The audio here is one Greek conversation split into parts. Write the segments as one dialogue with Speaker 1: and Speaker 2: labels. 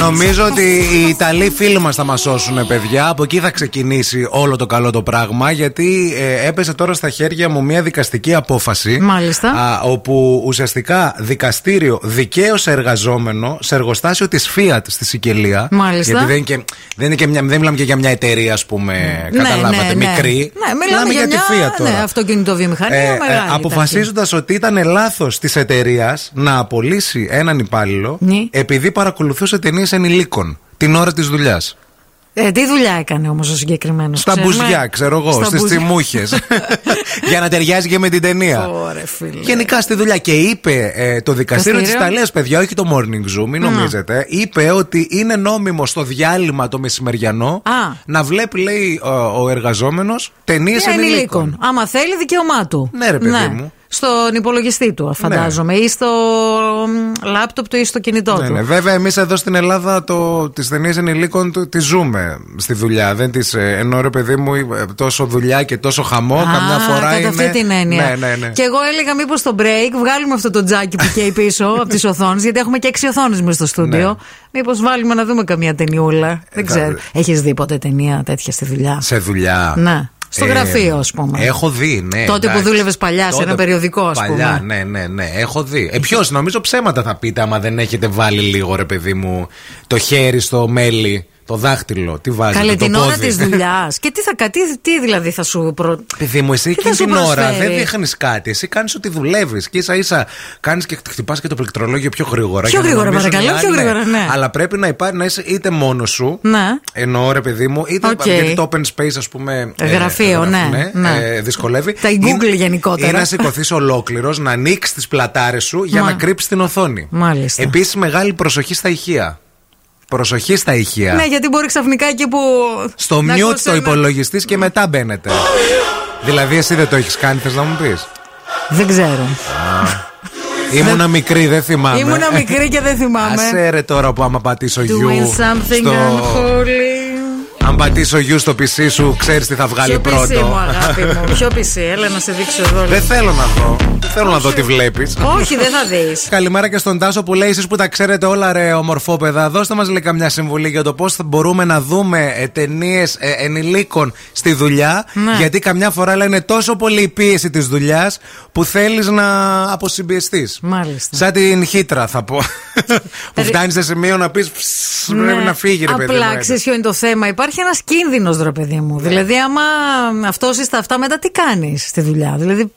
Speaker 1: Νομίζω ότι οι Ιταλοί φίλοι μας θα μας σώσουν, παιδιά. Από εκεί θα ξεκινήσει όλο το καλό το πράγμα. Γιατί ε, έπεσε τώρα στα χέρια μου μια δικαστική απόφαση.
Speaker 2: Μάλιστα.
Speaker 1: α, όπου ουσιαστικά δικαστήριο δικαίωσε εργαζόμενο σε εργοστάσιο της Fiat στη Σικελία.
Speaker 2: Μάλιστα.
Speaker 1: Γιατί δεν, είναι και, δεν, είναι και μια, δεν μιλάμε και για μια εταιρεία, ας πούμε, Ε, καταλάβατε, μικρή.
Speaker 2: Ναι, μιλάμε
Speaker 1: τη
Speaker 2: για, μια
Speaker 1: Fiat τώρα.
Speaker 2: ναι, αυτοκινητοβιομηχανία.
Speaker 1: Ε,
Speaker 2: μεγάλη ήταν
Speaker 1: Αποφασίζοντας ότι ήταν λάθος της εταιρείας να απολύσει έναν υπάλληλο
Speaker 2: Ναι.
Speaker 1: επειδή παρακολουθούσε ταινίες ενηλίκων την ώρα της δουλειάς.
Speaker 2: αυτή. Ε, τι δουλειά έκανε όμως ο συγκεκριμένος.
Speaker 1: Στα μπουζιά, ξέρω εγώ, στι τσιμούχες. για να ταιριάζει και με την ταινία.
Speaker 2: Ωρε φίλε.
Speaker 1: Γενικά στη δουλειά και είπε ε, το δικαστήριο τη
Speaker 2: ναι. Δικαστήριο.
Speaker 1: Ιταλίας, παιδιά, όχι το morning zoom, μην νομίζετε. Είπε ότι είναι νόμιμο στο διάλειμμα το μεσημεριανό
Speaker 2: Α.
Speaker 1: να βλέπει, λέει ο, ο εργαζόμενος, ταινίες
Speaker 2: Για ενηλίκων.
Speaker 1: ενηλίκων.
Speaker 2: Άμα θέλει, δικαίωμά του.
Speaker 1: Ναι, ρε, παιδί μου.
Speaker 2: Στον υπολογιστή του, φαντάζομαι, ή στο μ, λάπτοπ του ή στο κινητό
Speaker 1: Ναι,
Speaker 2: του.
Speaker 1: ναι. Βέβαια, εμείς εδώ στην Ελλάδα το, τις ταινίες ενηλίκων το- τις ζούμε στη δουλειά. Δεν τις, ε, ενώ ρε παιδί μου ε, τόσο δουλειά και τόσο χαμό,
Speaker 2: Α,
Speaker 1: καμιά φορά
Speaker 2: κατά
Speaker 1: είναι...
Speaker 2: αυτή την έννοια.
Speaker 1: Ναι, ναι, ναι.
Speaker 2: Και εγώ έλεγα μήπως στο break βγάλουμε αυτό το τζάκι που καίει πίσω από τις οθόνες, γιατί έχουμε και έξι οθόνες μέσα στο στούντιο.
Speaker 1: Ναι. Ε,
Speaker 2: Μήπως βάλουμε να δούμε καμία ταινιούλα. Δεν
Speaker 1: τα-
Speaker 2: ξέρω. Έχεις δει ποτέ ταινία τέτοια στη δουλειά.
Speaker 1: Σε δουλειά.
Speaker 2: Ναι. Στο
Speaker 1: Ε,
Speaker 2: γραφείο, ας πούμε.
Speaker 1: Έχω δει, ναι.
Speaker 2: Τότε που
Speaker 1: εντάξει.
Speaker 2: δούλευες παλιά σε
Speaker 1: Τότε
Speaker 2: ένα περιοδικό, ας
Speaker 1: Παλιά,
Speaker 2: πούμε.
Speaker 1: ναι, ναι, ναι. Έχω δει. Ε, Ποιος, νομίζω ψέματα θα πείτε, άμα δεν έχετε βάλει λίγο, ρε παιδί μου, το χέρι στο μέλι, το δάχτυλο. Τι βάζετε,
Speaker 2: Καλέ
Speaker 1: το
Speaker 2: την
Speaker 1: πόδι.
Speaker 2: ώρα της δουλειάς. Και τι θα κα- τι, τι δηλαδή θα σου. Προ...
Speaker 1: Παιδί μου, εσύ
Speaker 2: Τι θα
Speaker 1: εκείνη
Speaker 2: σου
Speaker 1: την ώρα
Speaker 2: προσφέρει?
Speaker 1: δεν δείχνεις κάτι. Εσύ κάνεις ότι δουλεύεις και ίσα ίσα κάνεις και χτυπάς και το πληκτρολόγιο πιο γρήγορα.
Speaker 2: Πιο
Speaker 1: για να
Speaker 2: γρήγορα,
Speaker 1: νομίζουν
Speaker 2: παρακαλώ,
Speaker 1: οι
Speaker 2: πιο
Speaker 1: άλλοι,
Speaker 2: γρήγορα, ναι.
Speaker 1: Αλλά πρέπει να υπάρχει να είσαι είτε μόνος σου.
Speaker 2: Ναι.
Speaker 1: Εννοώ ρε παιδί μου, είτε
Speaker 2: Οκ.
Speaker 1: γιατί το open space, ας πούμε.
Speaker 2: Γραφείο, ναι, ναι.
Speaker 1: ε, δυσκολεύει.
Speaker 2: Τα Google
Speaker 1: Είναι-
Speaker 2: γενικότερα.
Speaker 1: Είναι να σηκωθείς ολόκληρος, να ανοίξεις τις πλατάρες σου για
Speaker 2: Μα.
Speaker 1: να κρύψεις την οθόνη.
Speaker 2: Μάλιστα.
Speaker 1: Επίσης, μεγάλη προσοχή στα ηχεία. Προσοχή στα ηχεία.
Speaker 2: Ναι, γιατί μπορεί ξαφνικά εκεί που.
Speaker 1: Στο
Speaker 2: να
Speaker 1: mute
Speaker 2: ακούσει
Speaker 1: το
Speaker 2: ένα-
Speaker 1: υπολογιστής και μετά μπαίνετε. δηλαδή, εσύ δεν το έχεις κάνει, θες να μου πεις.
Speaker 2: Δεν ξέρω.
Speaker 1: Ήμουνα μικρή, δεν θυμάμαι.
Speaker 2: Ναι.
Speaker 1: Ε,
Speaker 2: Ήμουνα μικρή και δεν θυμάμαι.
Speaker 1: Άσε ρε τώρα που άμα πατήσω γιου.
Speaker 2: Doing something unholy.
Speaker 1: Αν πατήσω γιου στο PC σου, ξέρεις τι θα βγάλει
Speaker 2: Πιο πισί μου,
Speaker 1: πρώτο.
Speaker 2: αγάπη μου. Πιο πισί, έλα να σε δείξω εδώ. λοιπόν.
Speaker 1: δεν θέλω να δω. Δεν θέλω να δω τι βλέπεις.
Speaker 2: Όχι, δεν θα δεις.
Speaker 1: Καλημέρα και στον Τάσο που λέει: Εσείς που τα ξέρετε όλα, ρε ομορφόπεδα, δώστε μας λέει καμιά συμβουλή για το πώς μπορούμε να δούμε ε, ταινίες ε, ενηλίκων στη δουλειά.
Speaker 2: Ναι.
Speaker 1: Γιατί καμιά φορά λέει, είναι τόσο πολύ η πίεση της δουλειάς που θέλεις να αποσυμπιεστείς.
Speaker 2: Μάλιστα.
Speaker 1: Σαν την χύτρα θα πω. που φτάνεις σε σημείο να πεις: Πρέπει να φύγει, ρε παιδί.
Speaker 2: Ναι. Απλά
Speaker 1: μου, Ναι.
Speaker 2: ξέρει ποιο είναι το θέμα. Υπάρχει ένας κίνδυνος, ρε παιδί μου. Δηλαδή, άμα αυτός είσαι στα αυτά, μετά τι κάνεις στη δουλειά. Δηλαδή,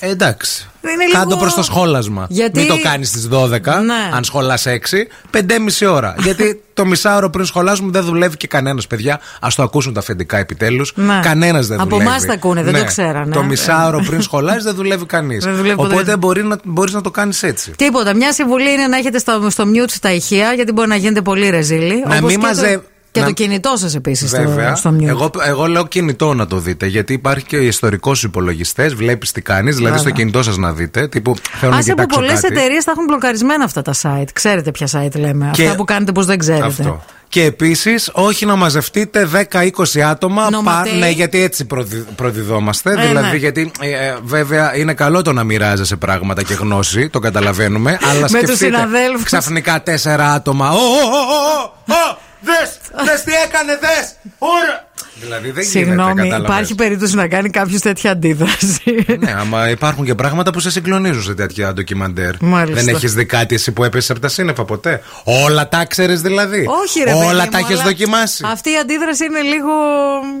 Speaker 1: Ε, Εντάξει.
Speaker 2: Ναι, Είναι λίγο-
Speaker 1: Κάντο προς το σχόλασμα.
Speaker 2: Γιατί-
Speaker 1: Μην το κάνεις στις 12,
Speaker 2: Ναι.
Speaker 1: αν σχολάς 6, 5,5 ώρα. Γιατί το μισάωρο πριν σχολάσουμε δεν δουλεύει και κανένας, παιδιά. Ας το ακούσουν τα αφεντικά επιτέλους.
Speaker 2: Ναι.
Speaker 1: Κανένας δεν
Speaker 2: Από
Speaker 1: δουλεύει. Ναι.
Speaker 2: εμάς τα ακούνε, δεν το ξέρανε.
Speaker 1: Το μισάωρο πριν σχολάζει δεν δουλεύει κανείς.
Speaker 2: Δεν δουλεύει ποτέ.
Speaker 1: Οπότε μπορεί να, μπορείς να το κάνεις έτσι.
Speaker 2: τίποτα. Μια συμβουλή είναι να έχετε στο, στο mute στα ηχεία, γιατί μπορεί να γίνετε πολύ ρεζίλη.
Speaker 1: Να
Speaker 2: Όπως
Speaker 1: μην
Speaker 2: και
Speaker 1: μαζε-
Speaker 2: Το, και
Speaker 1: να-
Speaker 2: το κινητό σας επίσης στο,
Speaker 1: Βέβαια.
Speaker 2: στο mute.
Speaker 1: Εγώ, εγώ λέω κινητό να το δείτε. Γιατί υπάρχει και ιστορικός υπολογιστές. Βλέπεις τι κάνεις. Δηλαδή στο κινητό σας να δείτε. Τύπου θέλω να
Speaker 2: Άσε που
Speaker 1: κοιτάξω
Speaker 2: πολλές
Speaker 1: κάτι.
Speaker 2: εταιρείες θα έχουν μπλοκαρισμένα αυτά τα site. Ξέρετε ποια site λέμε.
Speaker 1: Και-
Speaker 2: Αυτά που κάνετε πως δεν ξέρετε.
Speaker 1: Αυτό. Και επίσης, όχι να μαζευτείτε 10-20 άτομα.
Speaker 2: Νοματέοι.
Speaker 1: Ναι, γιατί έτσι προδι- προδιδόμαστε.
Speaker 2: Ε,
Speaker 1: δηλαδή,
Speaker 2: ναι.
Speaker 1: γιατί ε, ε, βέβαια είναι καλό το να μοιράζεσαι πράγματα και γνώση, το καταλαβαίνουμε. Αλλά
Speaker 2: τους
Speaker 1: σκεφτείτε,
Speaker 2: συναδέλφους.
Speaker 1: Ξαφνικά τέσσερα άτομα. Ω, ω, ω, ω, ω, δες, δες τι έκανε, δες. Ωρα. Δηλαδή δεν γίνεται,
Speaker 2: Συγγνώμη,
Speaker 1: κατάλαβες.
Speaker 2: υπάρχει περίπτωση να κάνει κάποιος τέτοια αντίδραση.
Speaker 1: Ναι, άμα υπάρχουν και πράγματα που σε συγκλονίζουν σε τέτοια ντοκιμαντέρ.
Speaker 2: Μάλιστα.
Speaker 1: Δεν έχεις δει κάτι εσύ που έπεσε από τα σύννεφα ποτέ. Όλα τα ξέρεις δηλαδή.
Speaker 2: Όχι, ρε
Speaker 1: Όλα
Speaker 2: παιδί
Speaker 1: τα
Speaker 2: μου,
Speaker 1: έχεις
Speaker 2: αλλά
Speaker 1: δοκιμάσει.
Speaker 2: Αυτή η αντίδραση είναι λίγο,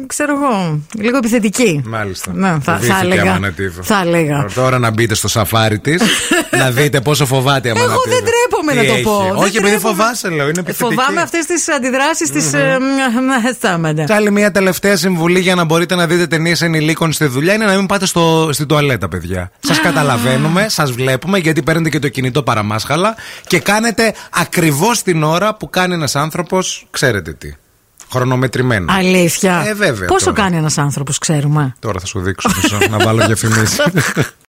Speaker 2: ξέρω εγώ, λίγο επιθετική.
Speaker 1: Μάλιστα.
Speaker 2: Ναι, θα, θα
Speaker 1: Φοβήθηκε η
Speaker 2: έλεγα.
Speaker 1: Αμανατίδου.
Speaker 2: Θα έλεγα.
Speaker 1: Τώρα να μπείτε στο σαφάρι της, να δείτε πόσο φοβάται η
Speaker 2: Εγώ
Speaker 1: Αμανατίδου.
Speaker 2: δεν τρέπομαι
Speaker 1: Τι
Speaker 2: να το
Speaker 1: έχει?
Speaker 2: πω. Δεν
Speaker 1: Όχι, επειδή
Speaker 2: τρέπομαι.
Speaker 1: φοβάσαι, λέω. Είναι επιθετική.
Speaker 2: Φοβάμαι αυτές τις αντιδράσεις της. Στάμεντα.
Speaker 1: Κι άλλη μια τελευταία συμβουλή για να μπορείτε να δείτε ταινίες ενηλίκων στη δουλειά είναι να μην πάτε στο, στην τουαλέτα, παιδιά. Σας καταλαβαίνουμε, σας βλέπουμε, γιατί παίρνετε και το κινητό παραμάσχαλα και κάνετε ακριβώς την ώρα που κάνει ένας άνθρωπος, ξέρετε τι. Χρονομετρημένο.
Speaker 2: Αλήθεια.
Speaker 1: Ε, βέβαια,
Speaker 2: Πόσο
Speaker 1: τώρα.
Speaker 2: κάνει ένας άνθρωπος, ξέρουμε.
Speaker 1: Τώρα θα σου δείξω μισό, να βάλω διαφημίσεις.